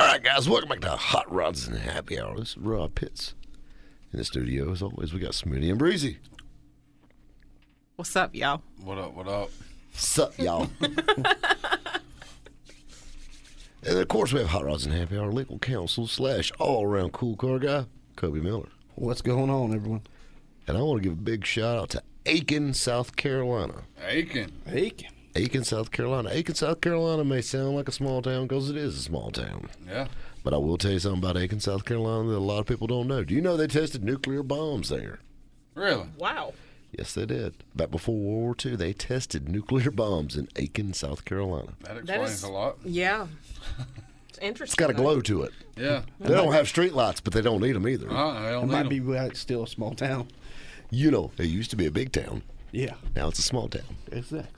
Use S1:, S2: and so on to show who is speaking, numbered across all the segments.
S1: All right, guys, welcome back to Hot Rods and Happy Hour. This is Rob Pitts. In the studio, as always, we got Smitty and Breezy.
S2: What's up, y'all?
S3: What up? What up?
S1: Sup, y'all? and of course, we have Hot Rods and Happy Hour legal counsel slash all around cool car guy, Kobe Miller.
S4: What's going on, everyone?
S1: And I want to give a big shout out to Aiken, South Carolina.
S3: Aiken.
S4: Aiken.
S1: Aiken, South Carolina. Aiken, South Carolina may sound like a small town because it is a small town.
S3: Yeah.
S1: But I will tell you something about Aiken, South Carolina that a lot of people don't know. Do you know they tested nuclear bombs there?
S3: Really?
S2: Wow.
S1: Yes, they did. Back before World War II, they tested nuclear bombs in Aiken, South Carolina.
S3: That explains a lot.
S2: Yeah. It's interesting.
S1: It's got a glow to it.
S3: Yeah.
S1: They don't have streetlights, but they don't need them either.
S3: Uh, I
S4: It
S3: don't
S4: might
S3: need
S4: be
S3: 'em.
S4: why it's still a small town.
S1: You know, it used to be a big town.
S4: Yeah.
S1: Now it's a small town.
S4: It's that.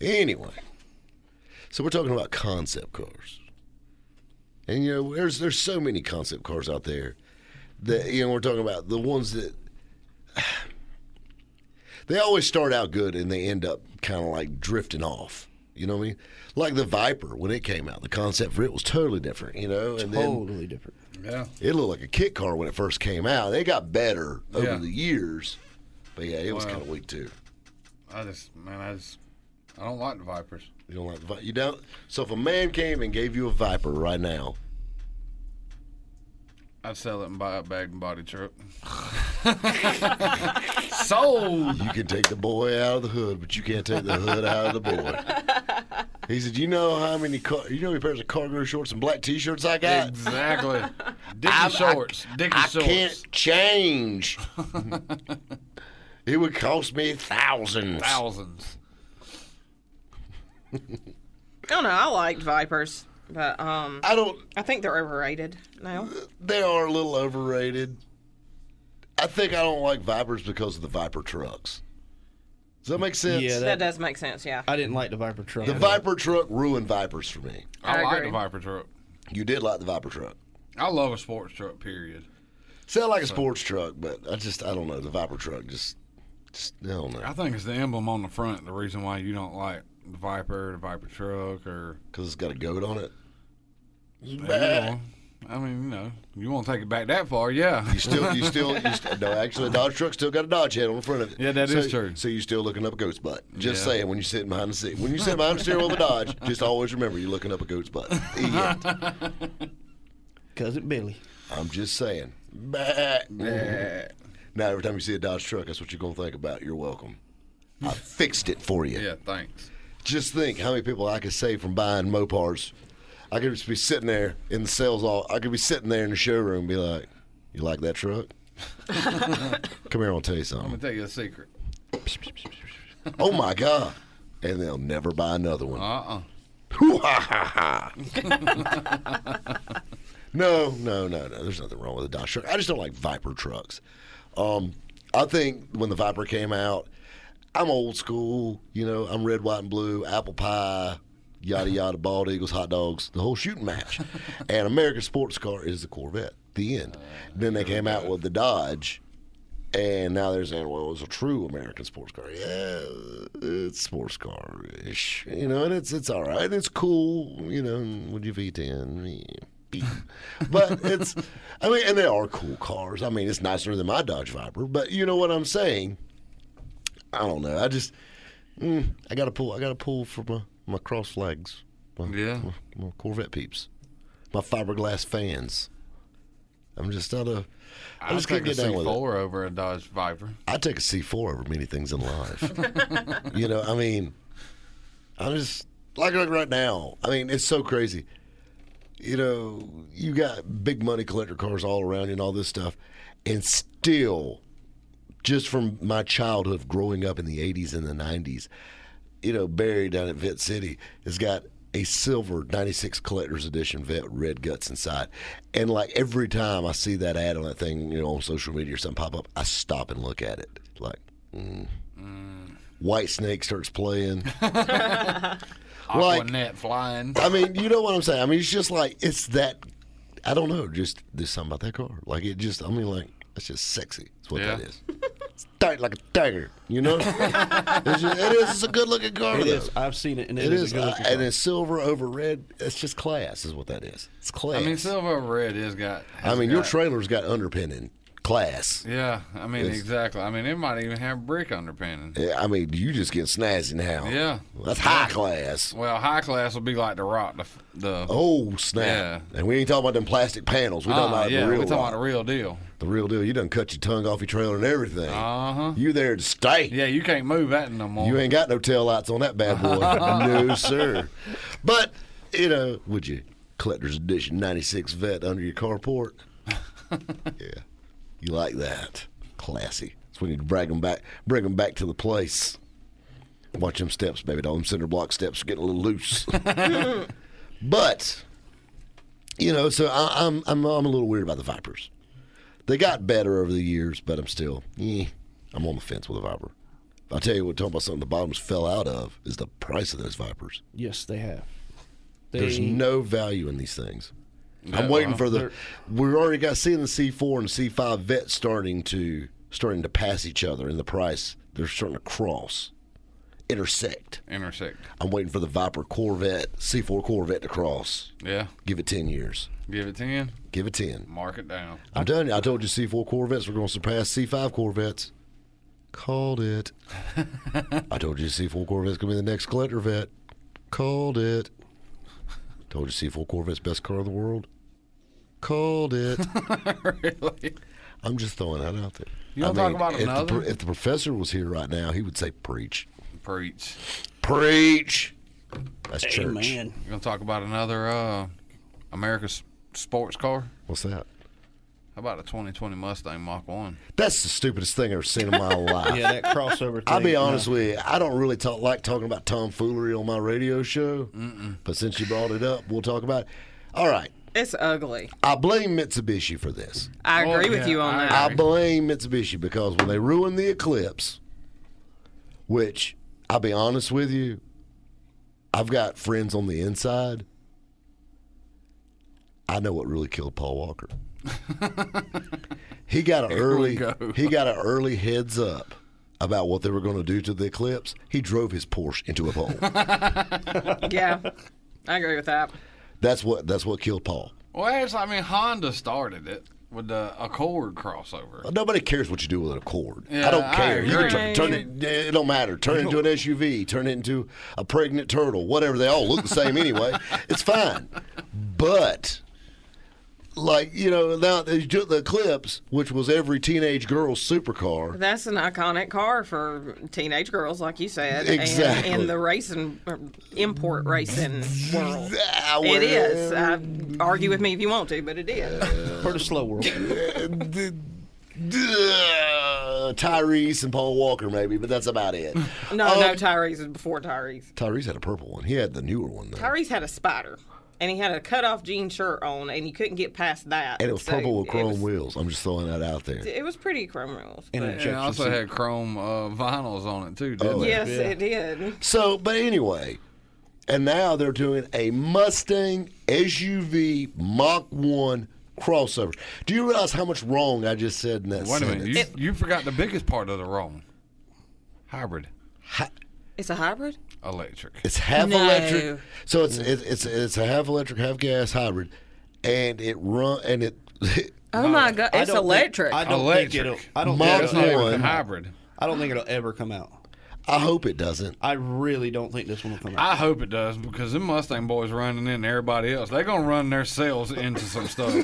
S1: Anyway, so we're talking about concept cars, and you know, there's there's so many concept cars out there that you know we're talking about the ones that they always start out good and they end up kind of like drifting off. You know what I mean? Like the Viper when it came out, the concept for it was totally different. You know, and then
S4: Totally different.
S3: Yeah.
S1: it looked like a kit car when it first came out. They got better over
S3: Yeah.
S1: the years, but yeah, it was
S3: Wow.
S1: kind of weak too.
S3: I just, man, I just, I don't like the Vipers.
S1: You don't like the vi- you don't. So if a man came and gave you a viper right now,
S3: I'd sell it and buy a bag and body truck. Sold.
S1: you can take the boy out of the hood, but you can't take the hood out of the boy. He said, "You know how many car- you know how many pairs of cargo shorts and black t-shirts I got?
S3: Exactly.
S1: I-
S3: Dickie shorts. Dickie
S1: I
S3: shorts.
S1: can't change. it would cost me thousands.
S3: Thousands.
S2: I don't know. I liked Vipers, but um,
S1: I don't.
S2: I think they're overrated now.
S1: They are a little overrated. I think I don't like vipers because of the viper trucks. Does that make sense?
S4: Yeah,
S2: That does make sense. Yeah.
S4: I didn't like the Viper truck.
S1: the viper truck ruined vipers for me.
S3: I,
S2: I
S3: like
S2: agree.
S3: the Viper truck.
S1: You did like the viper truck.
S3: I love a sports truck. Period.
S1: Sound like a sports truck, but I just I don't know the Viper truck. Just, just I don't
S3: I
S1: know
S3: think it's the emblem on the front. The reason why you don't like the Viper, the Viper truck, or
S1: because it's got a goat on it.
S3: you know, I mean, you know, you won't take it back that far, yeah.
S1: You still, you still, you st- no. Actually, the Dodge truck still got a Dodge head on the front of it.
S3: Yeah, that
S1: that is
S3: is true.
S1: So you're still looking up a goat's butt. Just
S3: Yeah.
S1: saying, when you're sitting behind the seat, when you're sitting behind the steering wheel of a Dodge, just always remember you're looking up a goat's butt. The end.
S4: Cousin Billy.
S1: I'm just saying. Bah. Now every time you see a Dodge truck, that's what you're gonna think about. You're welcome. I fixed it for you.
S3: Yeah, thanks.
S1: Just think how many people I could save from buying Mopars. I could just be sitting there in the sales all. I could be sitting there in the showroom and be like, "You like that truck? Come here, I'll tell you
S3: I'm
S1: something.
S3: gonna tell you a secret.
S1: oh my god!" And they'll never buy another one.
S3: Uh-uh.
S1: Hoo-ha-ha-ha. no, no, no, no. There's nothing wrong with a Dodge truck. I just don't like Viper trucks. Um, I think when the Viper came out, I'm old school. You know, I'm red, white, and blue, apple pie, yada, yada, bald eagles, hot dogs, the whole shooting match. and American sports car is the Corvette, the end. then they came out with the Dodge. And now they're saying, well, it's a true American sports car. Yeah, it's sports car ish. You know, and it's it's all right. It's cool. You know, would you V10? Yeah. But it's, I mean, and they are cool cars. I mean, it's nicer than my Dodge Viper, but you know what I'm saying? I don't know. I just, mm, I got to pull, I got to pull for my, my cross legs, my,
S3: Yeah.
S1: my, my Corvette peeps, my fiberglass fans. I'm just not a, I
S3: I
S1: just
S3: just
S1: can't
S3: take a
S1: get down with it.
S3: C4 over a Dodge Viper.
S1: I take a C four over many things in life. you know, I mean, I'm just like like right now. I mean, it's so crazy. You know, you got big money collector cars all around you and all this stuff, and still, just from my childhood, growing up in the '80s and the '90s, you know, buried down at Vet City, has got a silver 96 collector's edition vet with red guts inside. And like every time I see that ad on that thing, you know, on social media or something pop up, I stop and look at it. Like, mm. White Snake starts playing. Like-
S3: Aquanet flying.
S1: I mean, you know what I'm saying. I mean, it's just like it's that. I don't know. Just there's something about that car. Like it just. I mean, like it's just sexy. That's what
S3: Yeah.
S1: that is. It's tight like a tiger. You know. it's just, it is. It's a good looking car.
S4: It
S1: though.
S4: is. I've seen it, and
S1: It is.
S4: a good
S1: uh,
S4: looking
S1: and
S4: car.
S1: it's silver over red. It's just class. Is what that is. It's class.
S3: I mean, silver over red has got.
S1: I
S3: has
S1: mean, your
S3: got-
S1: trailer's got underpinning. Class.
S3: Yeah, I mean
S1: It's-
S3: exactly. I mean, it might even have brick underpinning.
S1: Yeah, I mean, you just get snazzy now.
S3: Yeah.
S1: That's high class.
S3: Well, high class will be like the rock. The, f- the
S1: Oh snap!
S3: Yeah.
S1: And we ain't talking about them plastic panels. We talking
S3: Ah,
S1: about
S3: yeah,
S1: the
S3: we're
S1: real.
S3: talking
S1: rock.
S3: about the real deal.
S1: The real deal. You done cut your tongue off your trailer and everything.
S3: Uh huh.
S1: You there to stay.
S3: Yeah, you can't move that no more.
S1: You ain't got no taillights on that bad boy. no, sir. But, you know, would you collector's edition 96 vet under your carport? yeah. You like that. Classy. That's when you bring them back, bring 'em back to the place. Watch them steps, baby. All them cinder block steps are getting a little loose. but, you know, so I, I'm, I'm, I'm a little weird about the Vipers. They got better over the years, but I'm still, eh, I'm on the fence with a Viper. I'll tell you what, talking about something the bottoms fell out of is the price of those Vipers.
S4: yes, they have. They,
S1: There's no value in these things. I'm
S3: Yeah,
S1: waiting
S3: well,
S1: for the.
S4: they're-
S1: We've already got seeing the C4 and C5 vets starting to starting to pass each other in the price. They're starting to cross, intersect.
S3: intersect.
S1: I'm waiting for the Viper Corvette, C4 Corvette to cross.
S3: Yeah,
S1: Give it ten years.
S3: give it ten,
S1: Give it ten.
S3: mark it down.
S1: I'm done. I told you C4 Corvettes were going to surpass C5 Corvettes. Called it. I told you C4 Corvette's going to be the next collector vet. Called it. Told you C4 Corvette's best car in the world. Called it.
S3: really?
S1: I'm just throwing that out there.
S3: You wanna talk about
S1: if the
S3: another?
S1: pro- if the professor was here right now, he would say, "Preach,
S3: Preach.
S1: preach." That's church.
S4: Amen.
S3: We're gonna talk about another uh, America's sports car.
S1: What's that?
S3: How about a 2020 Mustang Mach One?
S1: That's the stupidest thing I've ever seen in my life.
S4: Yeah, that crossover. Thing, uh,
S1: I'll be honest with you. I don't really talk, like talking about tomfoolery on my radio show, but since you brought it up, we'll talk about it. All right.
S2: It's ugly.
S1: I blame Mitsubishi for this.
S2: I
S3: Oh,
S2: agree with
S3: yeah,
S2: you on
S3: I
S2: that.
S1: I
S3: Alright.
S1: blame Mitsubishi because when they ruined the Eclipse, which I'll be honest with you, I've got friends on the inside. I know what really killed Paul Walker. he got an early
S3: go.
S1: he got an early heads up about what they were going to do to the Eclipse. He drove his Porsche into a pole.
S2: yeah, I agree with that.
S1: that's what that's what killed Paul.
S3: Well, it's, I mean, Honda started it with the Accord crossover.
S1: Nobody cares what you do with an Accord. I
S3: Yeah,
S1: don't
S3: I
S1: care. you can
S3: agree.
S1: t- turn it. It don't matter. Turn it into an SUV. Turn it into a pregnant turtle. Whatever. They all look the same anyway. It's fine. But like you know, now they do the Eclipse, which was every teenage girl's supercar.
S2: That's an iconic car for teenage girls, like you said,
S1: Exactly.
S2: and in the racing, uh, import racing world.
S1: Ah, well,
S2: It is. Uh, argue with me if you want to, but it is.
S4: Pretty slow world.
S1: d- d- Tyrese and Paul Walker, maybe, but that's about it.
S2: No,
S1: Um,
S2: no, Tyrese is before Tyrese.
S1: Tyrese had a purple one. He had the newer one. Though.
S2: Tyrese had a spider, and he had a cut off jean shirt on, and you couldn't get past that.
S1: and it was
S2: So
S1: purple with
S2: it
S1: chrome
S2: was-
S1: wheels. I'm just throwing that out there.
S2: It was pretty chrome wheels. but-
S4: And
S2: uh,
S4: a
S3: And it
S4: Jackson
S3: also
S4: City.
S3: had chrome uh, vinyls on it too. Didn't
S1: Oh,
S3: it?
S2: yes,
S4: Yeah.
S2: it did.
S1: So, but anyway, and now they're doing a Mustang SUV Mach 1 crossover. Do you realize how much wrong I just said in that
S3: Wait a
S1: sentence?
S3: minute, you, you forgot the biggest part of the wrong. Hybrid,
S2: It's a hybrid.
S3: electric.
S1: It's half
S2: No.
S1: electric. So it's it, it's it's a half electric, half gas hybrid, and it run and it
S2: Oh my god,
S4: I
S2: it's
S4: don't think-
S2: electric.
S4: I don't
S3: Electric.
S4: think it'll. I don't.
S1: Mach
S4: Think
S3: That's not even
S4: it'll ever,
S1: one.
S3: a hybrid.
S4: I don't think it'll ever come out.
S1: I hope it doesn't.
S4: I really don't think this one will come out.
S3: I hope it does because them Mustang boys running in everybody else. They're gonna run themselves into some stuff.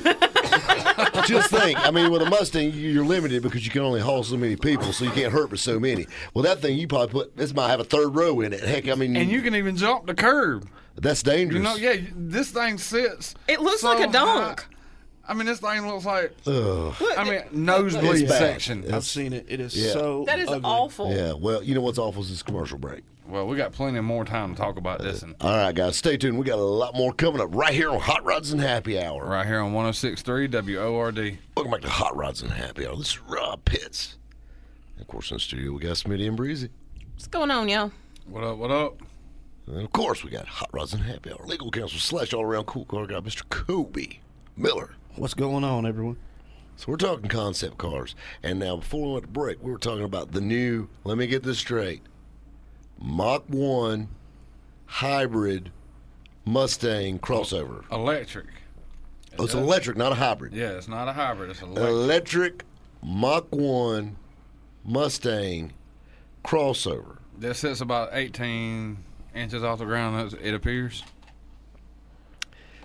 S1: Just think, I mean, with a Mustang, you- you're limited because you can only haul so many people, so you can't hurt but so many. Well, that thing you probably put this might have a third row in it. Heck, I mean,
S3: and you can even jump the curb.
S1: that's dangerous.
S3: You know, yeah, you- this thing sits.
S2: It looks
S3: so
S2: like a donk.
S3: high. I mean, this thing looks like
S2: Look,
S3: I mean nosebleed
S1: It's bad.
S3: section.
S4: I've seen it. It is
S1: Yeah.
S4: so.
S2: that is
S4: ugly.
S2: awful.
S1: Yeah, well, you know what's awful is this commercial break.
S3: Well, we got plenty more time to talk about this and
S1: All right, guys, stay tuned. We got a lot more coming up right here on Hot Rods and Happy Hour.
S3: right here on 106.3 WORD.
S1: Welcome back to Hot Rods and Happy Hour. This is Rob Pitts. And of course, in the studio, we got Smitty and Breezy.
S2: What's going on, y'all?
S3: What up? What up?
S1: And of course, we got Hot Rods and Happy Hour. Legal counsel slash all around cool car guy, Mr. Kobe Miller.
S4: What's going on, everyone?
S1: So we're talking concept cars. And now, before we went to break, we were talking about the new, let me get this straight Mach 1 hybrid Mustang crossover.
S3: Electric.
S1: Oh, it's electric, not a hybrid.
S3: Yeah, it's not a hybrid. It's
S1: Uh,
S3: electric.
S1: electric Mach 1 Mustang crossover.
S3: that sits about 18 inches off the ground. that's- It appears.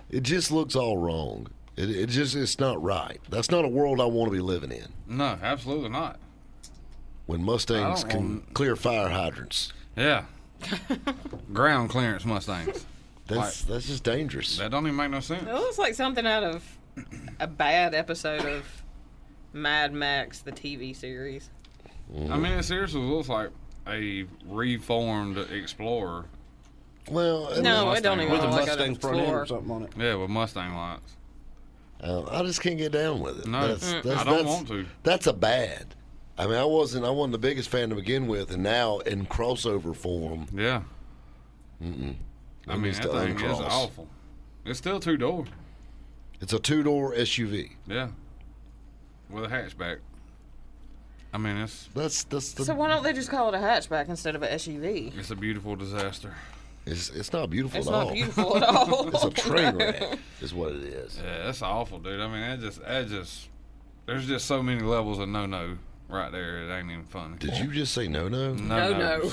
S1: It just looks all wrong. It, it just it's not right. That's not a world I want to be living in.
S3: No, absolutely not.
S1: When Mustangs
S3: I don't
S1: can
S3: want-
S1: clear fire hydrants,
S3: Yeah. ground clearance Mustangs.
S1: that's that's just dangerous.
S3: That don't even make no sense.
S2: It looks like something out of a bad episode of Mad Max, the TV series.
S3: I mean, it seriously looks like a reformed Explorer.
S1: well, I,
S2: No,
S3: Mustang.
S2: it don't even
S3: With
S2: look
S4: With a
S2: like an
S4: Mustang front end or
S2: Explorer.
S4: something on it.
S3: Yeah, with Mustang lights.
S1: mean, I just can't get down with it.
S3: No, mm, I don't want to.
S1: That's a bad. I mean, I wasn't I wasn't the biggest fan to begin with, and now in crossover form,
S3: Yeah. I
S1: It
S3: mean,
S1: needs
S3: that
S1: to
S3: thing is
S1: uncross.
S3: awful. It's still two door.
S1: it's a two door SUV.
S3: Yeah. With a hatchback. I mean, it's
S1: That's that's the
S2: So why don't they just call it a hatchback instead of a SUV?
S3: it's a beautiful disaster.
S1: It's, it's not beautiful
S2: It's
S1: at
S2: not
S1: all.
S2: beautiful at all.
S1: It's a train wreck, is what it is.
S3: Yeah, that's awful, dude. I mean, that just that just there's just so many levels of no no right there. It ain't even funny.
S1: Did you just say no no?
S3: Mm.
S2: No, Oh, no.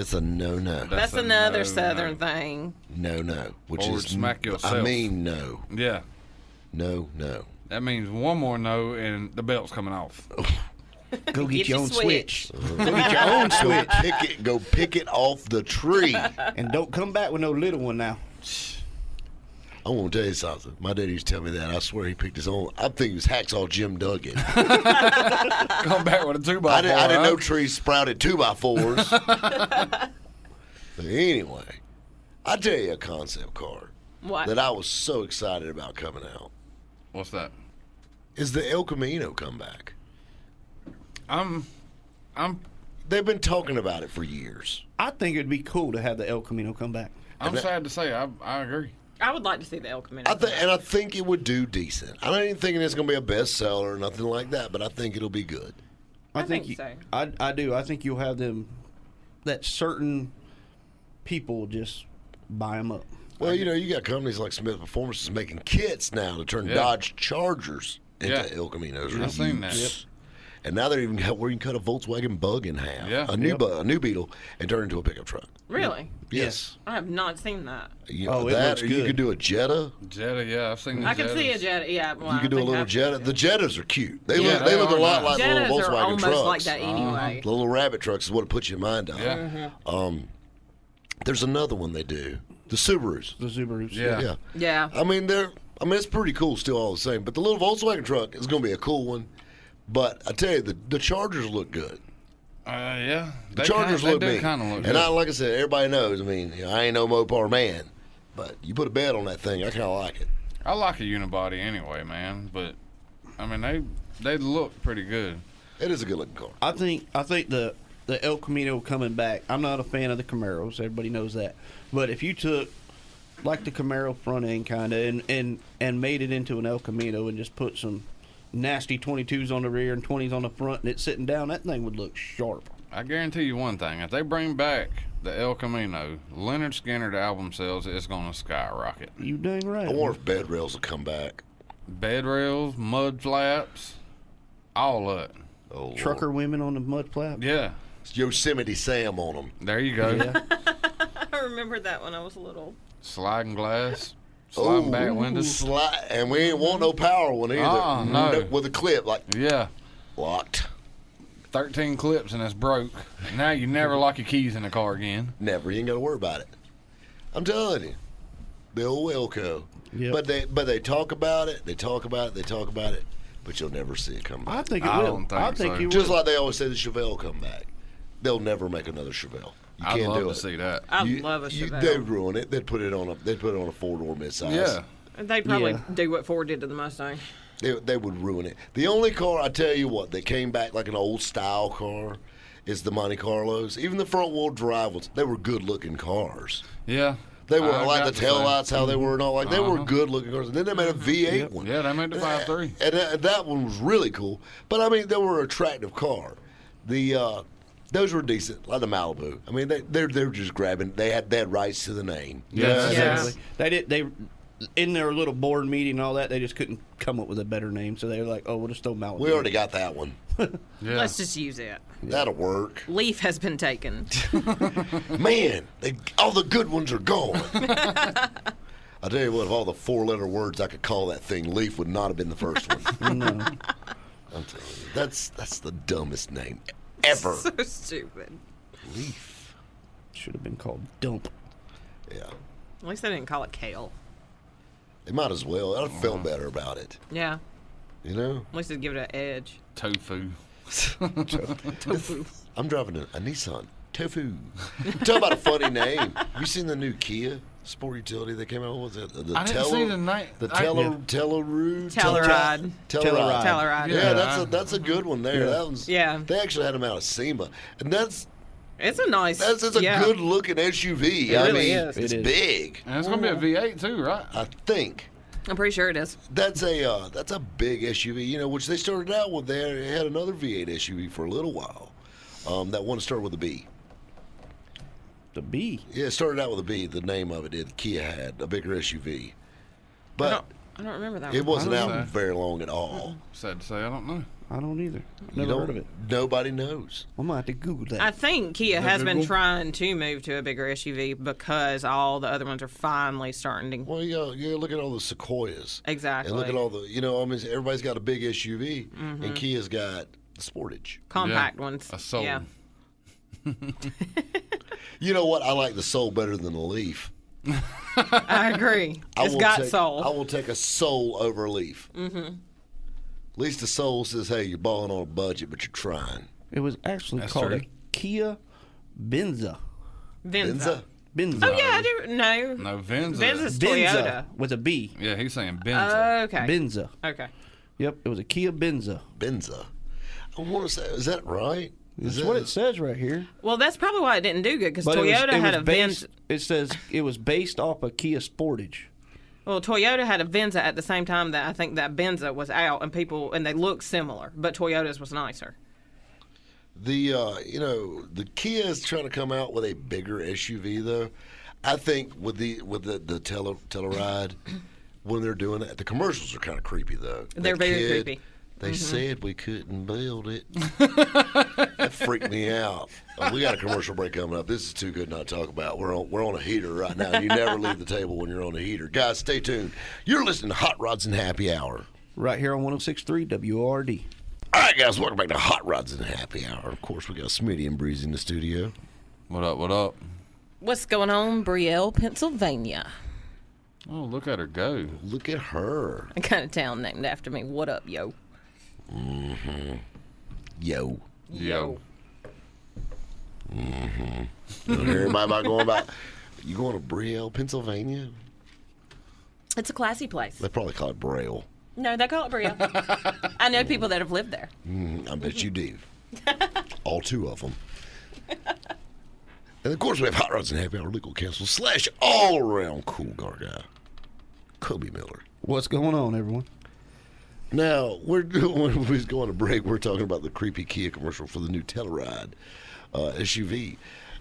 S1: It's a no no.
S2: That's
S3: a
S2: another
S3: no,
S2: southern
S3: no.
S2: thing.
S1: No no. Which
S3: Or
S1: is
S3: smack
S1: I
S3: yourself.
S1: mean no.
S3: Yeah.
S1: No no.
S3: That means one more no and the belt's coming off.
S4: Go get,
S2: Get your
S4: your own
S2: switch.
S4: switch.
S1: Uh-huh. Go get your own switch. Pick it go pick it off the tree.
S4: and don't come back with no little one now.
S1: I want to tell you something. My dad used to tell me that. I swear he picked his own. I think it was Hacksaw Jim Duggan.
S3: Come back with a two by
S1: I, did,
S3: four,
S1: I didn't
S3: huh?
S1: know trees sprouted two by fours. but anyway, I tell you a concept car
S2: What?
S1: that I was so excited about coming out
S3: What's that?
S1: is the El Camino comeback.
S3: I'm I'm
S1: They've been talking about it for years.
S4: I think it'd be cool to have the El Camino come back.
S3: I'm sad to say I I agree.
S2: I would like to see the El Camino.
S1: I th- and I think it would do decent. I don't even think it's going to be a bestseller or nothing like that, but I think it'll be good.
S4: I,
S2: I think
S4: you,
S2: so.
S4: I, I do. I think you'll have them. That certain people just buy them up.
S1: Well, you know, you got companies like Smith Performances making kits now to turn
S3: Yeah.
S1: Dodge Chargers into
S3: Yeah.
S1: El Caminos. or
S3: I've seen that.
S1: Utes. And now they're even where you can cut a Volkswagen Bug in half,
S3: Yeah.
S1: a new
S4: Yep.
S1: bu- a new Beetle, and turn it into a pickup truck.
S2: really?
S1: Yes.
S2: I have not seen that.
S1: You
S4: Oh, it
S1: that,
S4: looks
S1: or You
S4: good.
S1: could do a Jetta.
S3: Jetta, yeah, I've seen.
S2: I
S3: the
S2: can see a
S3: Jettas.
S2: Jetta. Yeah, well,
S1: You
S2: I
S1: could do a
S2: think
S1: little
S2: I've-
S1: Jetta. The Jettas are cute. They
S3: Yeah,
S1: look they,
S3: they
S1: look a
S3: are
S1: lot
S3: nice.
S1: like the
S2: Jettas
S1: little
S2: are
S1: Volkswagen
S2: almost
S1: trucks.
S2: like that anyway.
S1: The little rabbit trucks is what it puts your mind on.
S3: Yeah.
S2: Mm-hmm.
S1: Um, there's another one they do. The Subarus.
S4: The Subarus.
S3: Yeah.
S1: Yeah.
S2: Yeah.
S1: I mean, they're. I mean, it's pretty cool still, all the same. But the little Volkswagen truck is going to be a cool one. But I tell you, the, the Chargers look good.
S3: Uh, yeah.
S1: The Chargers
S3: kinda,
S1: look
S3: they
S1: big.
S3: do kind of look.
S1: and
S3: good.
S1: I, like I said, everybody knows. I mean, you know, I ain't no Mopar man, but you put a bet on that thing, I kind of like it.
S3: I like a unibody anyway, man. But I mean, they they look pretty good.
S1: It is a good looking car.
S4: I think I think the the El Camino coming back. I'm not a fan of the Camaros. Everybody knows that. But if you took like the Camaro front end kind of and, and and made it into an El Camino and just put some nasty 22s on the rear and 20s on the front and it's sitting down, that thing would look sharp.
S3: I guarantee you one thing: if they bring back the El Camino, Leonard Skinner the album sales is going to skyrocket.
S4: You dang right.
S1: I wonder if bed rails will come back.
S3: Bed rails, mud flaps, all of it.
S1: Oh, Lord.
S4: trucker women on the mud flap.
S3: Yeah,
S1: Yosemite Sam on them.
S3: there you go.
S2: I remember that when I was little.
S3: Sliding glass, sliding back windows.
S1: Sli- Oh, and we ain't want no power one either. Mm-hmm.
S3: Ah, no.
S1: With a clip, like
S3: Yeah,
S1: locked.
S3: thirteen clips and it's broke. Now you never lock your keys in the car again.
S1: Never. You ain't got to worry about it. I'm telling you, the old Elco.
S4: Yep.
S1: But they but they talk about it. They talk about it. They talk about it. But you'll never see it come back.
S4: I think it
S3: I
S4: will.
S3: don't think
S4: I think
S3: so.
S4: you
S1: Just
S4: will.
S1: like they always say, the Chevelle come back. They'll never make another Chevelle. You
S3: I'd
S1: can't
S3: love
S1: do
S3: to
S1: it.
S3: see that.
S2: I
S1: You-
S2: love a
S1: you-
S2: Chevelle.
S1: They'd ruin it. They'd put it on a. They'd put it on a four door midsize.
S3: Yeah.
S2: They probably
S4: Yeah.
S2: do what Ford did to the Mustang.
S1: They, they would ruin it. The only car I tell you what that came back like an old style car is the Monte Carlos. Even the front wheel drive ones, they were good looking cars.
S3: Yeah.
S1: They were
S3: I
S1: like
S3: got
S1: the
S3: to say.
S1: tail lights, how they were and all. Like they were
S3: Uh-huh.
S1: good looking cars. And then they made a V8 one.
S3: Yeah, they made the five three.
S1: And that, that one was really cool. But I mean, they were an attractive car. The uh, those were decent, like the Malibu. I mean, they they're they're just grabbing. They had they had rights to the name.
S3: Yeah,
S1: You know,
S3: that's
S2: Yeah.
S1: that's-
S4: Exactly. They did. They in their little board meeting and all that. They just couldn't come up with a better name, so they were like, "Oh, we'll just throw Malibu."
S1: We already got that one.
S3: Yeah.
S2: Let's just use it.
S1: That'll work.
S2: Leaf has been taken.
S1: Man, they, all the good ones are gone. I tell you what, of all the four-letter words I could call that thing, leaf would not have been the first one.
S4: No.
S1: I'm telling you, that's that's the dumbest name ever.
S2: so stupid.
S4: Should have been called Dump.
S1: Yeah,
S2: At least they didn't call it kale.
S1: they might as well. I'd feel better about it.
S2: Yeah.
S1: You know,
S2: At least they'd give it an edge.
S3: Tofu.
S2: Tofu.
S1: I'm driving a, a Nissan Tofu. Talk about a funny name. You seen the new Kia Sport Utility that came out? What was it? The
S3: I didn't see the name.
S1: The
S3: I-
S1: Teller, Tellaroo,
S2: Telluride.
S1: Telluride.
S2: Telluride.
S1: Yeah,
S3: Yeah.
S1: that's a that's a good one there. That one's
S2: Yeah.
S1: They actually had them out of SEMA, and that's
S2: It's a nice.
S1: that's it's a
S2: yeah.
S1: good looking SUV.
S2: It
S1: I
S2: really
S1: mean,
S2: is.
S1: it's
S4: It is.
S1: big.
S3: And it's gonna be a V eight too, right?
S1: I think
S2: I'm pretty sure it is.
S1: that's a uh, that's a big SUV. You know, which they started out with. There, they had another V8 SUV for a little while. Um, that one started with a B.
S4: The B.
S1: Yeah, it started out with a B. The name of it did. Kia had a bigger SUV,
S2: I
S1: but
S2: don't, I don't remember that
S1: it
S2: one.
S1: wasn't out
S3: know.
S1: very long at all.
S3: Said to say, I don't know.
S4: I don't either.
S1: You
S4: Never
S1: don't-
S4: heard of it.
S1: Nobody knows.
S4: I'm gonna have to Google that.
S2: I think Kia has been
S3: Google?
S2: trying to move to a bigger SUV because all the other ones are finally starting to.
S1: Well, yeah, yeah. Look at all the sequoias.
S2: Exactly. Mm-hmm.
S1: And look at all the, you know, I mean, everybody's got a big SUV, and Kia's got the Sportage.
S2: compact ones.
S3: A soul.
S2: Yeah.
S1: You know what? I like the Soul better than the Leaf.
S2: I agree.
S1: I
S2: It's
S1: will
S2: got
S1: take,
S2: soul.
S1: I will take a Soul over a Leaf. Mm-hmm. At least the Soul says, "Hey, you're balling on a budget, but you're trying."
S4: it was actually
S3: That's
S4: called
S3: true.
S4: a Kia Benza.
S2: Venza.
S1: Benza.
S4: Benza.
S2: Oh yeah, I do. No.
S3: No, Venza. Uh,
S2: Venza's Toyota.
S4: Benza with a B.
S3: Yeah, he's saying Benza.
S2: Okay.
S4: Benza.
S2: Okay.
S4: Yep, it was a Kia Benza.
S1: Benza. I want to say, is that right? Is
S4: That's
S1: that,
S4: what it says right here.
S2: Well, that's probably why it didn't do good because
S4: it was-
S2: Toyota
S4: it
S2: had
S4: was
S2: a
S4: based,
S2: Venza.
S4: It says it was based off a Kia Sportage.
S2: Well, Toyota had a Venza at the same time that I think that Benza was out, and people and they looked similar, but Toyota's was nicer.
S1: The uh, you know the Kia is trying to come out with a bigger SUV though. I think with the with the the tele, Telluride when they're doing it, the commercials are kind of creepy though.
S2: They're
S1: That
S2: very creepy. Mm-hmm.
S1: They said we couldn't build it. that freaked me out. Uh, we got a commercial break coming up. This is too good not to talk about. We're on we're on a heater right now. You never leave the table when you're on a heater, guys. Stay tuned. You're listening to Hot Rods and Happy Hour.
S4: Right here on 1063 WRD.
S1: All right, guys, welcome back to Hot Rods and Happy Hour. Of course, we got Smitty and Breezy in the studio.
S3: What up? What up?
S2: What's going on, Brielle, Pennsylvania?
S3: Oh, look at her go.
S1: Look at her.
S2: A kind of town named after me. What up, yo?
S1: Yo.
S3: Yo.
S1: You don't hear anybody about going about you going to Braille, Pennsylvania?
S2: It's a classy place.
S1: They probably call it Braille.
S2: No, they call it Brielle. I know people that have lived there.
S1: I bet you do. All two of them. And of course, we have Hot Rods and Happy Hour Legal Counsel slash all around cool guard guy, Kobe Miller.
S4: What's going on, everyone?
S1: Now, we're doing, when we was going to break, we're talking about the creepy Kia commercial for the new Telluride uh, SUV.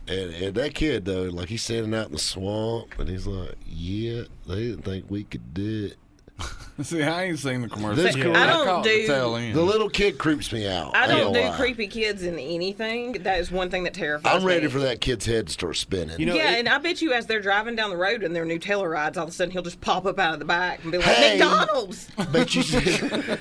S1: And, and that kid, though, like he's standing out in the swamp and he's like, yeah, they didn't think we could do it.
S3: See, I ain't seen the commercial.
S1: This
S3: yet.
S1: girl-
S3: I
S1: I
S2: don't
S3: caught the
S2: do-
S3: tail end.
S1: The little kid creeps me out.
S2: I
S1: ain't
S2: don't do
S1: gonna lie.
S2: creepy kids in anything. That is one thing that terrifies me.
S1: I'm ready for that kid's head to start spinning.
S4: You know,
S2: yeah,
S4: it-
S2: and I bet you as they're driving down the road in their new Tellurides, all of a sudden he'll just pop up out of the back and be like,
S1: Hey.
S2: McDonald's!
S1: bet you said,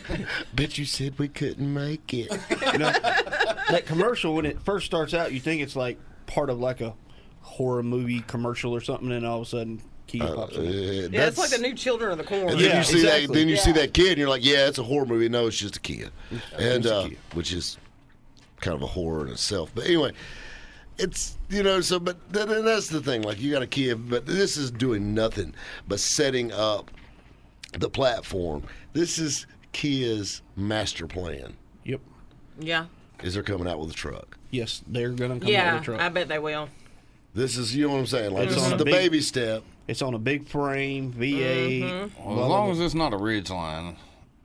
S1: bet you said we couldn't make it.
S4: You know, that commercial when it first starts out, you think it's like part of like a horror movie commercial or something, and all of a sudden, Kia pops
S1: Uh,
S2: Yeah,
S4: in.
S2: it's
S1: that's-
S2: like the new Children of the Corn.
S1: And then
S4: Yeah,
S1: you see that.
S4: exactly.
S1: Then you see
S2: Yeah.
S1: that kid, and you're like, "Yeah, it's a horror movie." No, it's just a kid, and
S4: a
S1: uh,
S4: kid.
S1: which is kind of a horror in itself. But anyway, it's you know so but th- th- that's the thing like you got a kid but this is doing nothing but setting up the platform this is kia's master plan
S4: Yep.
S2: Yeah.
S1: is they're coming out with a truck
S4: Yes, they're gonna come out
S2: Yeah.
S4: with a truck.
S2: I bet they will.
S1: this is you know what i'm saying like
S4: It's
S1: this is
S4: on a
S1: the
S4: big-
S1: baby step
S4: It's on a big frame, V8.
S2: Mm-hmm.
S3: Well, as long as it's not a ridge line,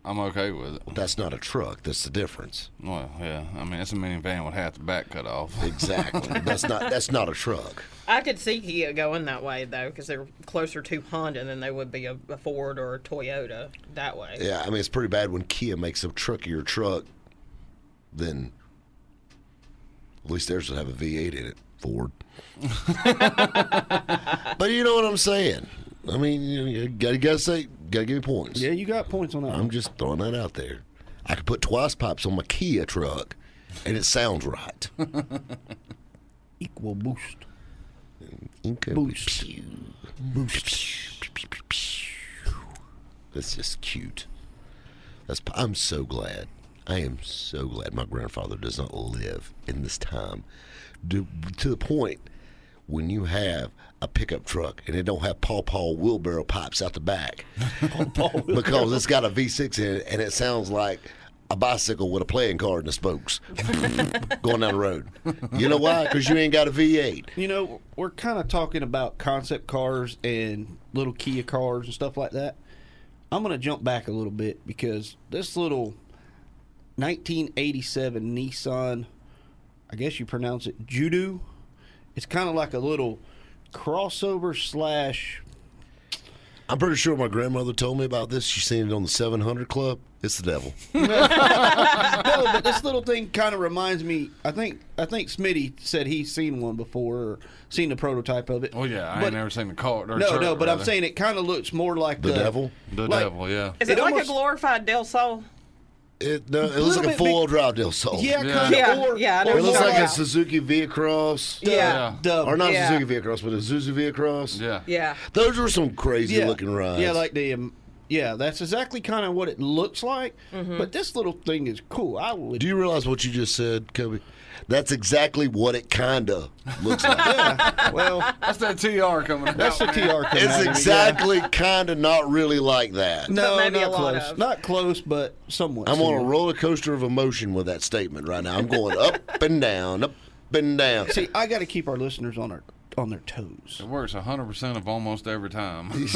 S3: I'm okay with it.
S1: that's not a truck that's the difference
S3: Well, yeah. I mean, it's a minivan with half the back cut off.
S1: exactly that's not that's not a truck
S2: I could see Kia going that way though, because they're closer to Honda than they would be a, a Ford or a Toyota that way.
S1: yeah i mean it's pretty bad when kia makes a truckier truck than at least theirs would have a v8 in it ford but you know what i'm saying i mean you, you gotta, gotta say gotta give me points
S4: Yeah, you got points on that.
S1: i'm just throwing that out there i could put twice pipes on my kia truck and it sounds right
S4: equal boost.
S1: Okay.
S4: Boost.
S1: Pew. That's just cute. That's. p- I'm so glad. I am so glad my grandfather does not live in this time. To, to the point when you have a pickup truck and it don't have Paw Paw wheelbarrow pipes out the back because it's got a V6 in it and it sounds like a bicycle with a playing card and the spokes going down the road. You know why? Because you ain't got a V8.
S4: You know, we're kind of talking about concept cars and little Kia cars and stuff like that. I'm going to jump back a little bit because this little 1987 Nissan, I guess you pronounce it Judo, it's kind of like a little crossover slash.
S1: I'm pretty sure my grandmother told me about this. She seen it on the 700 Club. It's the devil.
S4: No, but this little thing kind of reminds me. I think I think Smitty said he's seen one before or seen the prototype of it.
S3: Oh yeah, I
S4: But-
S3: ain't never seen the car. Or
S4: No,
S3: truck,
S4: no, but I'm
S3: rather.
S4: saying it kind of looks more like
S1: The devil.
S3: the
S4: like-
S3: devil. Yeah.
S2: Is it,
S4: It
S2: like
S4: almost-
S2: a glorified Del Sol?
S1: It, no, it looks
S4: little
S1: like a
S4: bit
S1: four wheel drive deal soul.
S4: Yeah,
S3: Yeah.
S4: kind of.
S2: Yeah,
S4: or,
S2: yeah, I know
S4: or
S1: It looks
S4: more
S1: like a Suzuki Via Cross.
S3: Yeah.
S4: the-
S1: Or not
S2: Yeah.
S1: Suzuki Via Cross, but a Suzuki Via Cross.
S3: Yeah.
S2: Yeah.
S1: Those were some crazy looking rides.
S4: Yeah, like the um, yeah, that's exactly kind of what it looks like.
S2: Mm-hmm.
S4: But this little thing is cool. I would.
S1: Do you realize what you just said, Kobe? That's exactly what it kinda looks like.
S4: yeah, well,
S3: That's that TR coming
S4: that's the
S3: out.
S4: TR.
S3: man.
S4: coming out of
S1: it's
S4: me, yeah.
S1: exactly kinda not really like that.
S4: No,
S2: But maybe
S4: not
S2: a lot
S4: close.
S2: of.
S4: Not close, but somewhat.
S1: I'm on a
S4: similar.
S1: roller coaster of emotion with that statement right now. I'm going up and down, up and down.
S4: See, I got to keep our listeners on our on their toes.
S3: It works 100% of almost every time.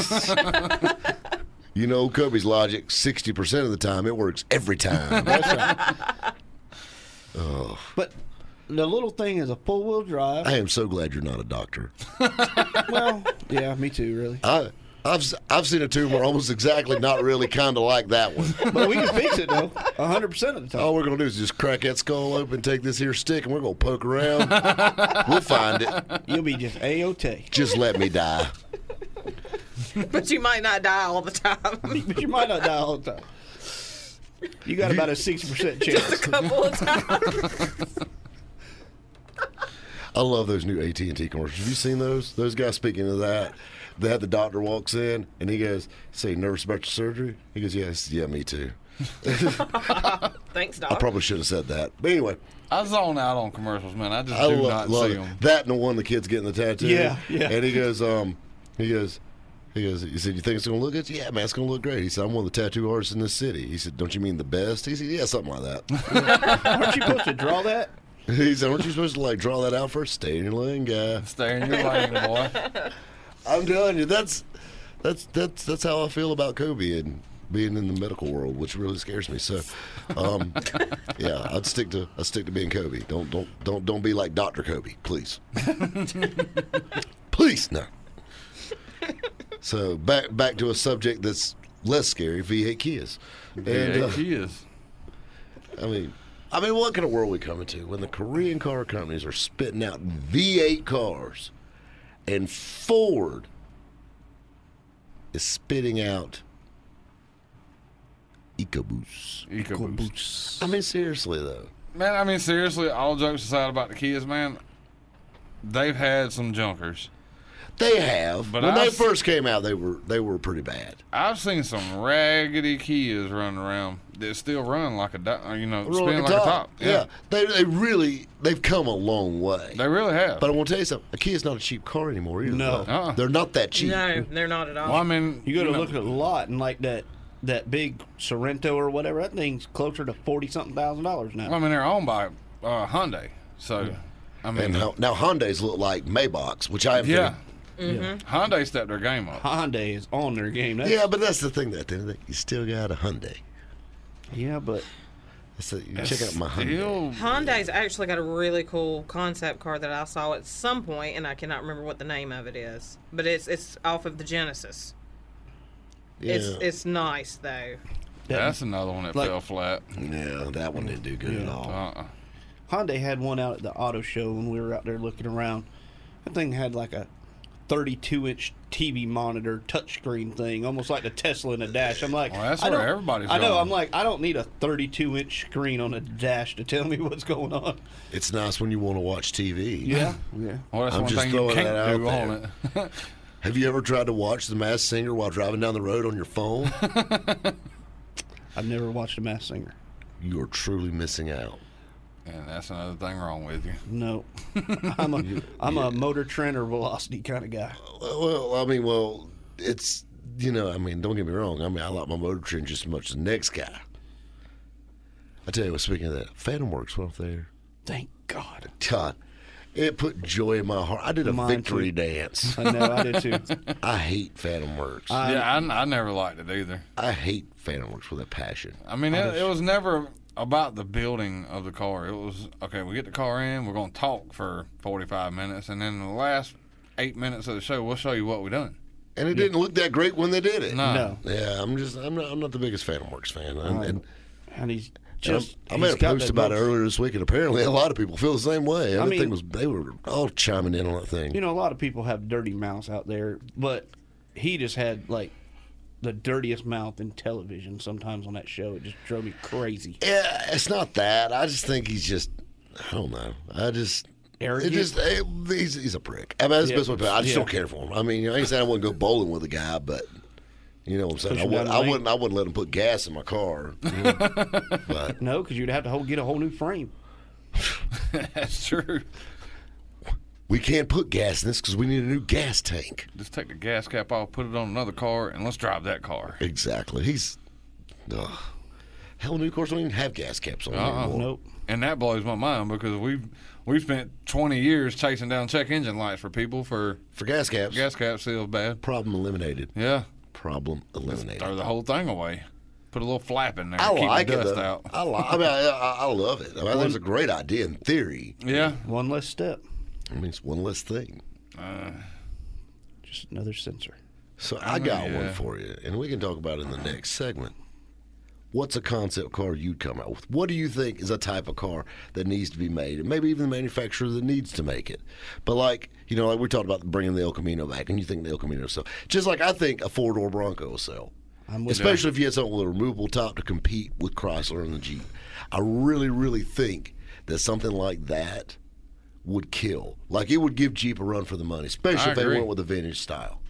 S1: You know, Kobe's logic, 60% of the time, it works every time.
S4: But the little thing is a four wheel drive.
S1: I am so glad you're not a doctor.
S4: well, yeah, me too, really.
S1: I, I've, s- I've seen a tumor almost exactly not really kind of like that one.
S4: But we can fix it though, hundred percent of the
S2: Oh.
S4: time.
S1: All we're going to do is just crack that skull open, take this here stick, and we're going to poke around. we'll find it.
S4: You'll be just AOT.
S1: Just let me die.
S2: But you might not die all the time.
S4: but you might not die all the time. You got about a sixty percent chance.
S2: couple of times.
S1: I love those new AT and T commercials. Have you seen those? Those guys speaking of that, that the doctor walks in and he goes, "Say nervous about your surgery?" He goes, "Yes, yeah, me too."
S2: Thanks,
S1: I
S2: Doc.
S1: probably should have said that, but anyway.
S3: I zone out on commercials, man. I just
S1: I
S3: do
S1: lo-
S3: not
S1: love
S3: see
S1: it.
S3: them.
S1: that and the one the kid's getting the tattoo.
S4: Yeah, yeah.
S1: And he goes, um, he goes, he goes. He said, "You think it's gonna look good?" Yeah, man, it's gonna look great. He said, "I'm one of the tattoo artists in this city." He said, "Don't you mean the best?" He said, "Yeah, something like that."
S4: Aren't you supposed to draw that?
S1: he said, "Aren't you supposed to like draw that out first? Stay in your lane, guy."
S3: Stay in your lane, boy.
S1: I'm telling you, that's that's that's that's how I feel about Kobe and being in the medical world, which really scares me. So, um, yeah, I'd stick to I stick to being Kobe. Don't don't don't don't be like Doctor Kobe, please, please no. So back back to a subject that's less scary: V8 Kias. And
S3: yeah,
S1: uh,
S3: he is.
S1: I mean, I mean, what kind of world we coming to when the Korean car companies are spitting out V8 cars, and Ford is spitting out EcoBoost.
S3: EcoBoost.
S1: I mean, seriously though,
S3: Man, I mean, seriously, all jokes aside about the kids, man, they've had some junkers.
S1: They have.
S3: But
S1: when they
S3: I've-
S1: first came out, they were they were pretty bad.
S3: I've seen some raggedy Kias running around that still run like a, do- you know,
S1: Roll
S3: spin like a top.
S1: Yeah. They they really they've come a long way.
S3: They really have.
S1: but I want to tell you something. A Kia's not a cheap car anymore either.
S4: No.
S1: though.
S3: Uh-uh.
S1: they're not that cheap.
S2: No, they're not at all.
S3: well, I mean,
S4: You go to
S3: know,
S4: look at a lot and like that that big Sorrento or whatever, that thing's closer to forty something thousand dollars now.
S3: Well, I mean, they're owned by uh, Hyundai, so I mean,
S1: And now, now Hyundai's look like Maybachs, which I have
S3: yeah, Hyundai stepped their game up.
S4: Hyundai is on their game. That's,
S1: Yeah, but that's the thing. That thing that you still got a Hyundai.
S4: yeah, but
S1: That's a, you check out my Hyundai.
S3: Still,
S2: Hyundai's actually got a really cool concept car that I saw at some point, and I cannot remember what the name of it is. But it's it's off of the Genesis.
S1: Yeah,
S2: It's it's nice though.
S3: that's another one that
S4: Like-
S3: fell flat.
S1: yeah, that one didn't do good at all.
S3: Uh-uh.
S4: Hyundai had one out at the auto show when we were out there looking around. That thing had like a 32 inch TV monitor touchscreen thing, almost like the Tesla in a dash. I'm like,
S3: Well, that's
S4: I
S3: where
S4: don't-
S3: everybody's
S4: I know.
S3: going.
S4: I'm like, I don't need a 32 inch screen on a dash to tell me what's going on.
S1: It's nice when you want to watch TV.
S4: yeah.
S3: Well, that's
S1: I'm
S3: one
S1: just
S3: thing you
S1: throwing that out
S3: can't do on it.
S1: Have you ever tried to watch The Masked Singer while driving down the road on your phone?
S4: I've never watched a Mass Singer.
S1: you are truly missing out.
S3: and that's another thing wrong with you.
S4: No, I'm a I'm a motor trend or velocity kind of guy.
S1: Well, I mean, well, it's you know, I mean, don't get me wrong. I mean, I like my motor trend just as much as the next guy. I tell you what. Speaking of that, Phantom Works went off there.
S4: Thank God.
S1: God, it put joy in my heart. I did a
S4: Mine too.
S1: victory dance.
S4: I know. I do too.
S1: I hate Phantom Works. I,
S3: yeah, I, I never liked it either.
S1: hate Phantom Works with a passion.
S3: I mean, it, it was never about the building of the car. It was okay. We get the car in. We're gonna talk for forty-five minutes, and then the last eight minutes of the show, we'll show you what we done.
S1: And it didn't look that great when they did it.
S3: No.
S4: No,
S1: Yeah, I'm just I'm not I'm not the biggest Phantom Works fan. And, and,
S4: and he's
S1: and
S4: just.
S1: I made
S4: he's
S1: a
S4: got
S1: post
S4: that
S1: about it
S4: most-
S1: earlier this week, and apparently a lot of people feel the same way. Everything
S4: mean-
S1: was they were all chiming in on that thing.
S4: you know, a lot of people have dirty mouths out there, but he just had like the dirtiest mouth in television. Sometimes on that show, it just drove me crazy.
S1: yeah, it's not that. I just think he's just I don't know. I just. It
S4: Arrogant?
S1: just it, he's, he's a prick. I mean, that's the
S4: Yeah.
S1: best way to put it. I just
S4: Yeah.
S1: don't care for him. I mean, you know, I ain't saying I wouldn't go bowling with a guy, but you know what I'm saying.
S4: Push
S1: I
S4: him
S1: wouldn't.
S4: down the
S1: I
S4: lane.
S1: wouldn't. I wouldn't let him put gas in my car. but
S4: No, because you'd have to whole, get a whole new frame.
S3: that's true.
S1: we can't put gas in this because we need a new gas tank.
S3: Just take the gas cap off, put it on another car, and let's drive that car.
S1: Exactly. He's. Ugh. Hell, new cars don't even have gas caps on
S3: Uh-uh.
S1: anymore.
S4: Nope.
S3: And that blows my mind because we've we've spent 20 years chasing down check engine lights for people for
S1: For gas caps,
S3: gas cap seals bad.
S1: problem eliminated.
S3: Yeah,
S1: Problem eliminated.
S3: throw the whole thing away. Put a little flap in there.
S1: I
S3: to keep
S1: like
S3: the
S1: it.
S3: dust
S1: though.
S3: out.
S1: I like. I mean, I, I, I love it. I mean, I think it's a great idea in theory.
S3: Yeah,
S4: One less step,
S1: I mean, it's one less thing.
S4: just another sensor.
S1: So I got
S3: yeah.
S1: one for you, and we can talk about it in the next segment. What's a concept car you'd come out with? What do you think is a type of car that needs to be made, and maybe even the manufacturer that needs to make it? But like you know, like we talked about bringing the El Camino back, and you think the El Camino will sell, just like I think a four door Bronco will sell,
S4: I'm with
S1: especially if you had something with a removable top to compete with Chrysler and the Jeep. I really, really think that something like that would kill. Like it would give Jeep a run for the money, especially
S3: I
S1: if they
S3: agree.
S1: went with a vintage style.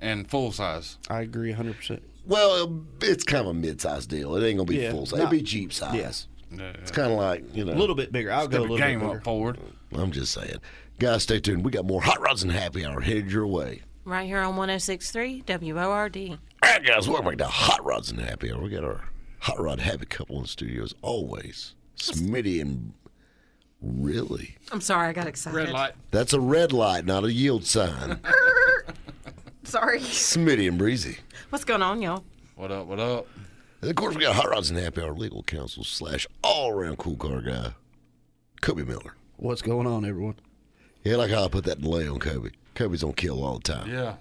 S3: and full size.
S4: I agree 100. percent
S1: Well, it's kind of a mid-sized deal. It ain't gonna be
S4: Yeah,
S1: full size.
S4: not-
S1: It'd be Jeep size.
S4: Yes.
S1: It's kind of like you know.
S4: A little bit bigger. I'll go a
S3: Get
S4: little
S3: the
S4: bit
S3: game
S4: bigger.
S3: up forward.
S1: I'm just saying, guys, stay tuned. We got more hot rods and happy hour headed your way.
S5: Right here on 1063 WORD.
S1: All right, guys, welcome back to hot rods and happy hour. We got our hot rod happy couple in the studio as always. Smitty and really,
S5: I'm sorry, I got excited.
S3: Red light.
S1: that's a red light, not a yield sign.
S5: Sorry.
S1: Smitty and Breezy.
S5: What's going on, y'all?
S3: What up? What up?
S1: And of course, we got hot rods and happy hour legal counsel slash all around cool car guy, Kobe Miller.
S4: What's going on, everyone?
S1: Yeah, like how I put that delay on Kobe. Kobe's on kill all the time.
S3: Yeah.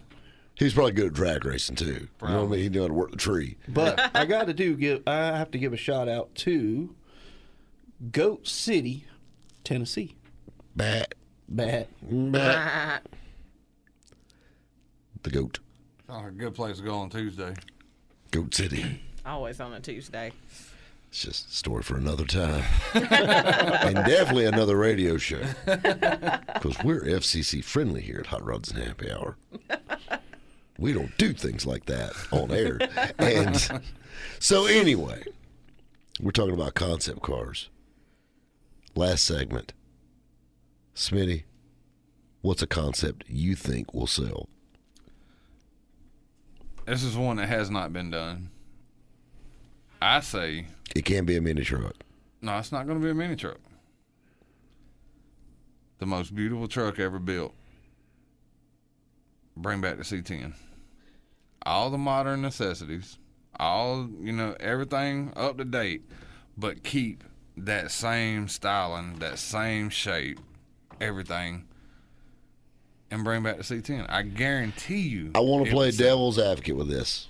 S1: He's probably good at drag racing too. You know what I mean? He knew how to work the tree.
S4: But I got to do give. I have to give a shout out to Goat City, Tennessee.
S1: Bat,
S4: Bad.
S1: bat, the goat,
S3: Sounds like a good place to go on Tuesday.
S1: goat city.
S2: Always on a Tuesday.
S1: It's just a story for another time, and definitely another radio show because we're FCC friendly here at Hot Rods and Happy Hour. We don't do things like that on air, and so anyway, we're talking about concept cars. Last segment, Smitty, what's a concept you think will sell?
S3: This is one that has not been done. I say,
S1: It can't be a mini truck.
S3: no, it's not going to be a mini truck. The most beautiful truck ever built. Bring back the C10. All the modern necessities, all, you know, everything up to date, but keep that same styling, that same shape, everything, and bring back the C10. I guarantee you.
S1: I want
S3: it
S1: to play
S3: would sell. Uh-huh.
S1: devil's advocate with this.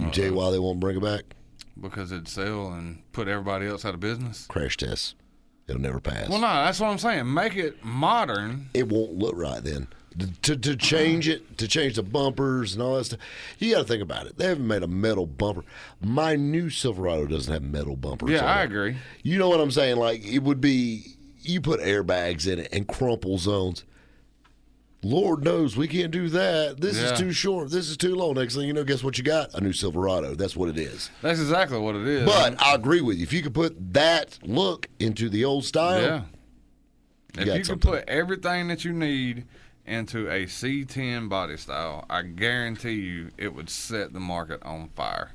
S1: You tell you why they won't bring it back?
S3: because it'd sell and put everybody else out of business.
S1: Crash test. It'll never pass.
S3: Well, no, that's what I'm saying. Make it modern.
S1: It won't look right then. To, to change it, to change the bumpers and all that stuff, you got to think about it. They haven't made a metal bumper. My new Silverado doesn't have metal bumpers.
S3: Yeah,
S1: on
S3: I
S1: it.
S3: agree.
S1: You know what I'm saying? Like it would be you put airbags in it and crumple zones. Lord knows we can't do that. This
S3: Yeah.
S1: is too short. This is too long. Next thing you know, guess what you got? A new Silverado. That's what it is.
S3: That's exactly what it is.
S1: But I agree with you. If you could put that look into the old style,
S3: yeah,
S1: You got
S3: if you can
S1: something.
S3: put everything that you need into a C10 body style, I guarantee you it would set the market on fire.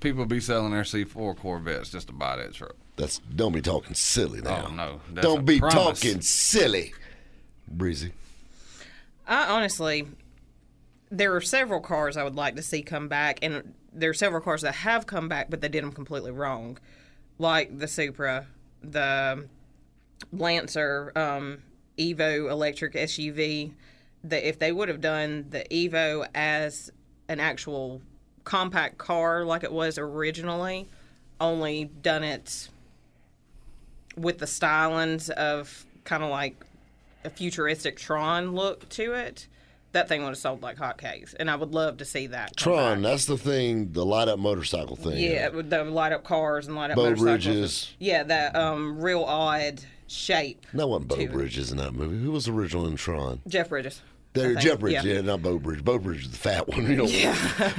S3: People be selling their C4 Corvettes just to buy that truck.
S1: that's don't be talking silly now.
S3: Oh, no. That's a
S1: don't be
S3: promise.
S1: talking silly, Breezy.
S2: I honestly, there are several cars I would like to see come back, and there are several cars that have come back, but they did them completely wrong, like the Supra, the Lancer, um, Evo electric SUV. That if they would have done the Evo as an actual compact car like it was originally, only done it with the stylings of kind of like a futuristic Tron look to it, that thing would have sold like hotcakes. And I would love to see that. come
S1: Tron,
S2: back.
S1: that's the thing, the light up motorcycle thing.
S2: Yeah, with the light up cars and light up
S1: Bow
S2: motorcycles.
S1: bridges.
S2: Yeah, that um, real odd shape.
S1: That wasn't Bo
S2: Dude.
S1: Bridges in that movie. Who was original in Tron?
S2: Jeff Bridges. I
S1: There,
S2: think.
S1: Jeff Bridges, yeah.
S2: Yeah.
S1: not Bo Bridges. Bo Bridges is the fat one. You know, yeah.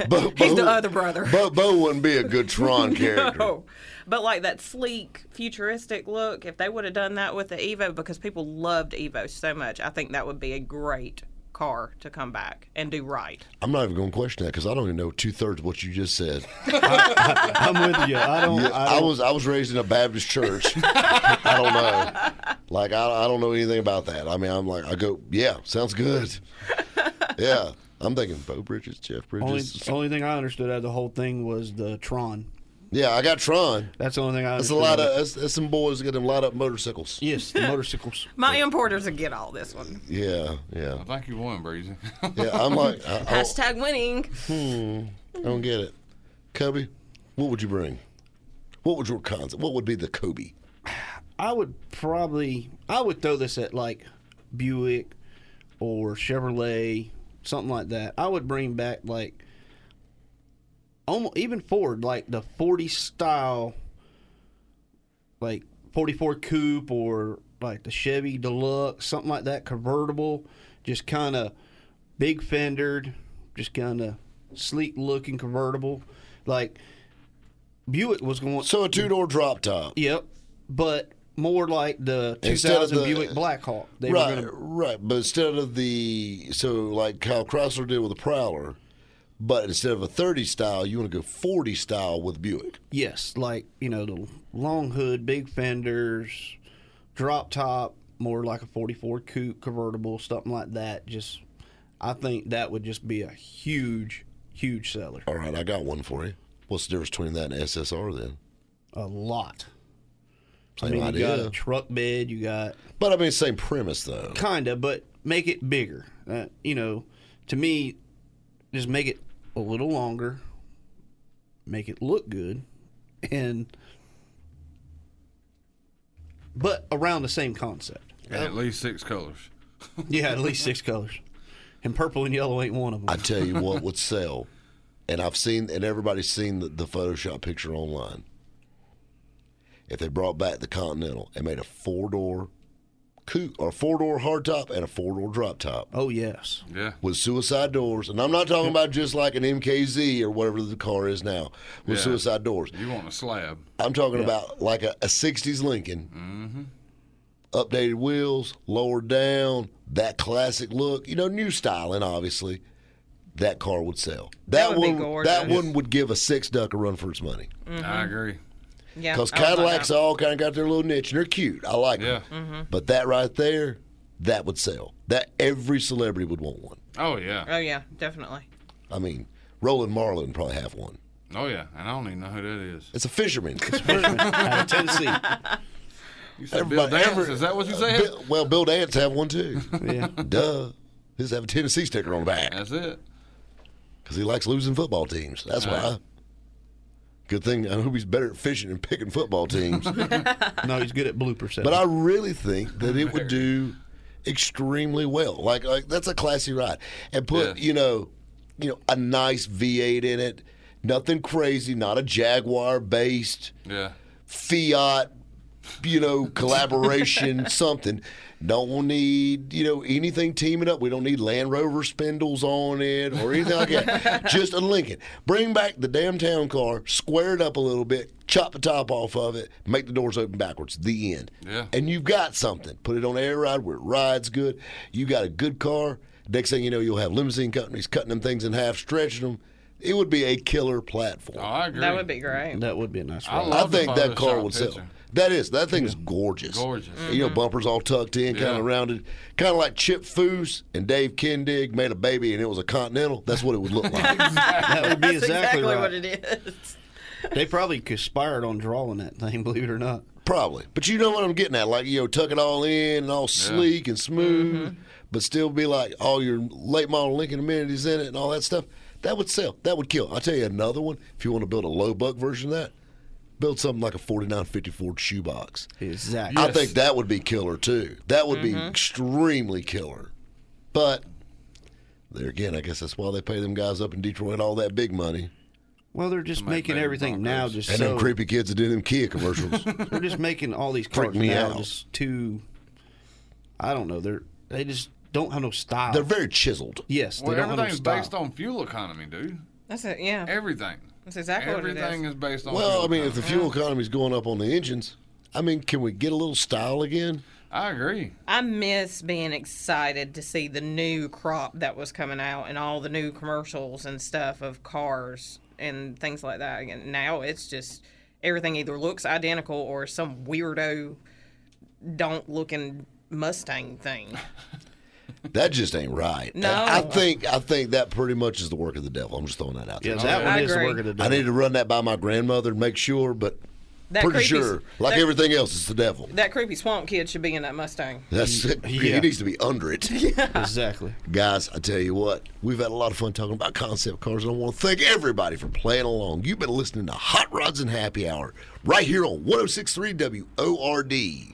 S1: Bo,
S2: He's the
S1: Bo-
S2: other brother.
S1: Bo, Bo wouldn't be a good Tron character.
S2: Oh, but like that sleek, futuristic look. If they would have done that with the Evo, because people loved Evo so much, I think that would be a great car to come back and do right.
S1: I'm not even going to question that because I don't even know two thirds of what you just said.
S4: I'm with you. I don't.
S1: Yeah,
S4: I,
S1: I
S4: don't-
S1: was I was raised in a Baptist church. I don't know. Like I, I don't know anything about that. I mean, I'm like I go, yeah, sounds good. Yeah, I'm thinking Bo Bridges, Jeff
S4: Only,
S1: Bridges.
S4: only thing I understood out of the whole thing was the Tron.
S1: yeah, I got Tron.
S4: That's the only thing I.
S1: That's a
S4: understood
S1: lot
S4: about
S1: of
S4: it.
S1: that's, that's some boys get them lot up motorcycles.
S4: yes, the motorcycles.
S2: My importers would get all this one.
S1: Yeah, yeah,
S3: I think you won, Breezy.
S1: yeah. I'm like, I, I, don't,
S2: Hashtag winning.
S1: I don't get it. Kobe, what would you bring? What would your concept? What would be the Kobe?
S4: I would probably. I would throw this at like Buick or Chevrolet, something like that. I would bring back like almost even Ford, like the forty style, like forty four coupe or like the Chevy Deluxe, something like that, convertible, just kind of big fendered, just kind of sleek looking convertible, like. Buick was going
S1: So a two door drop top.
S4: Yep, but more like the
S1: Instead of
S4: 2000
S1: the-
S4: Buick Blackhawk. They
S1: right,
S4: were gonna,
S1: right. But instead of the so like Kyle Chrysler did with the Prowler, but instead of a thirty style, you want to go forty style with Buick.
S4: yes, like you know the long hood, big fenders, drop top, more like a 44 coupe convertible, something like that. Just, I think that would just be a huge, huge seller.
S1: All right, I got one for you. What's the difference between that and SSR then?
S4: A lot. I
S1: Same
S4: mean, you
S1: idea,
S4: got a truck bed, you got
S1: but I mean same premise though.
S4: kinda, but make it bigger. Uh, you know, to me, just make it a little longer, make it look good, and but around the same concept.
S3: And at least six colors.
S4: Yeah, at least six colors, and purple and yellow ain't one of them.
S1: I tell you what would sell, and I've seen and everybody's seen the, the Photoshop picture online. if they brought back the Continental and made a four door coupe or four door hardtop and a four door drop top
S4: Oh yes.
S3: Yeah.
S1: with suicide doors, and I'm not talking about just like an MKZ or whatever the car is now with
S3: Yeah.
S1: suicide doors.
S3: You want a slab.
S1: I'm talking about like a, a 60s Lincoln.
S2: Mm-hmm.
S1: Updated wheels, lowered down, that classic look. You know, new styling, obviously. That car would sell. That,
S2: would be
S1: one,
S2: gorgeous.
S1: that one would give a six duck a run for its money.
S2: Mm-hmm.
S3: I agree.
S2: Yeah,
S1: Because
S2: I would like
S1: Cadillacs
S2: that.
S1: all kind of got their little niche and they're cute. I like
S3: Yeah.
S1: them.
S2: Mm-hmm.
S1: But that right there, that would sell. That every celebrity would want one.
S3: Oh yeah.
S2: Oh yeah, definitely.
S1: I mean, Roland Marlin would probably have one.
S3: Oh yeah. And I don't even know who that is.
S1: It's a fisherman.
S4: Out of Tennessee.
S3: You said Bill
S1: Everybody-
S3: Dance.
S1: every- uh,
S3: is that what you said?
S1: Bill- well, Bill Dance have one too.
S4: Yeah.
S1: Duh. His have a Tennessee sticker on the back.
S3: That's it.
S1: because he likes losing football teams. That's why. Good thing I hope he's better at fishing and picking football teams.
S4: No, he's good at bloopers.
S1: but I really think that it would do extremely well. Like, like that's a classy ride, and put
S3: Yeah.
S1: you know, you know, a nice V8 in it. Nothing crazy. Not a Jaguar based
S3: Yeah.
S1: Fiat. You know, collaboration, something. Don't need, you know, anything teaming up. We don't need Land Rover spindles on it or anything like that. Just a Lincoln. Bring back the damn town car, square it up a little bit, chop the top off of it, make the doors open backwards. The end.
S3: Yeah.
S1: And you've got something. Put it on air ride where it rides good. You got a good car. Next thing you know, you'll have limousine companies cutting them things in half, stretching them. It would be a killer platform.
S3: Oh, I agree.
S2: That would be great.
S4: that would be a nice
S3: I
S4: ride.
S3: love
S1: I think
S3: the
S1: that car
S3: Photoshop
S1: would sell.
S3: picture.
S1: That is that thing is gorgeous.
S3: Gorgeous.
S1: You know, bumpers all tucked in, kind
S3: Yeah.
S1: of rounded, kind of like Chip Foose and Dave Kendig made a baby, and it was a Continental. That's what it would look like.
S4: That would be
S2: That's
S4: exactly,
S2: exactly
S4: right.
S2: what it is.
S4: They probably conspired on drawing that thing, believe it or not.
S1: Probably, but you know what I'm getting at? Like you know, tuck it all in and all sleek and smooth, but still be like all your late model Lincoln amenities in it and all that stuff. That would sell. That would kill. I'll tell you another one. If you want to build a low buck version of that, build something like a 4950 Ford shoebox.
S4: Exactly.
S1: I think that would be killer too. That would
S2: Mm-hmm.
S1: be extremely killer. But there again, I guess that's why they pay them guys up in Detroit all that big money.
S4: Well, they're just making
S3: man,
S4: everything now
S3: bonkers.
S4: just
S1: And
S4: so
S1: them creepy kids that did them Kia commercials.
S4: they're just making all these cars
S1: me
S4: now
S1: out.
S4: just too. I don't know. They're they just don't have no style.
S1: They're very chiseled.
S4: yes. They
S3: Well,
S4: don't have no
S3: everything's
S4: style.
S3: based on fuel economy, dude.
S2: That's it. Yeah,
S3: Everything.
S2: that's exactly what it
S3: Everything
S2: is.
S3: is based on.
S1: Well,
S3: fuel
S1: I mean, if
S3: economy.
S1: the fuel economy's going up on the engines, I mean, can we get a little style again?
S3: I agree.
S2: I miss being excited to see the new crop that was coming out and all the new commercials and stuff of cars and things like that. And now it's just everything either looks identical or some weirdo don't looking Mustang thing.
S1: That just ain't right.
S2: No.
S1: I, I think I think that pretty much is the work of the devil. I'm just throwing that out
S4: Yeah,
S1: there.
S4: that
S2: I
S4: one is the
S2: agree.
S4: work of the
S1: I
S4: devil.
S1: need to run that by my grandmother and make sure, but
S2: That
S1: pretty
S2: creepy-
S1: sure, like
S2: that-
S1: everything else, it's the devil.
S2: That creepy swamp kid should be in that Mustang.
S1: That's
S4: Yeah.
S1: he uh, needs to be under it.
S4: exactly.
S1: Guys, I tell you what, we've had a lot of fun talking about concept cars, and I want to thank everybody for playing along. You've been listening to Hot Rods and Happy Hour right here on 1063 WORD.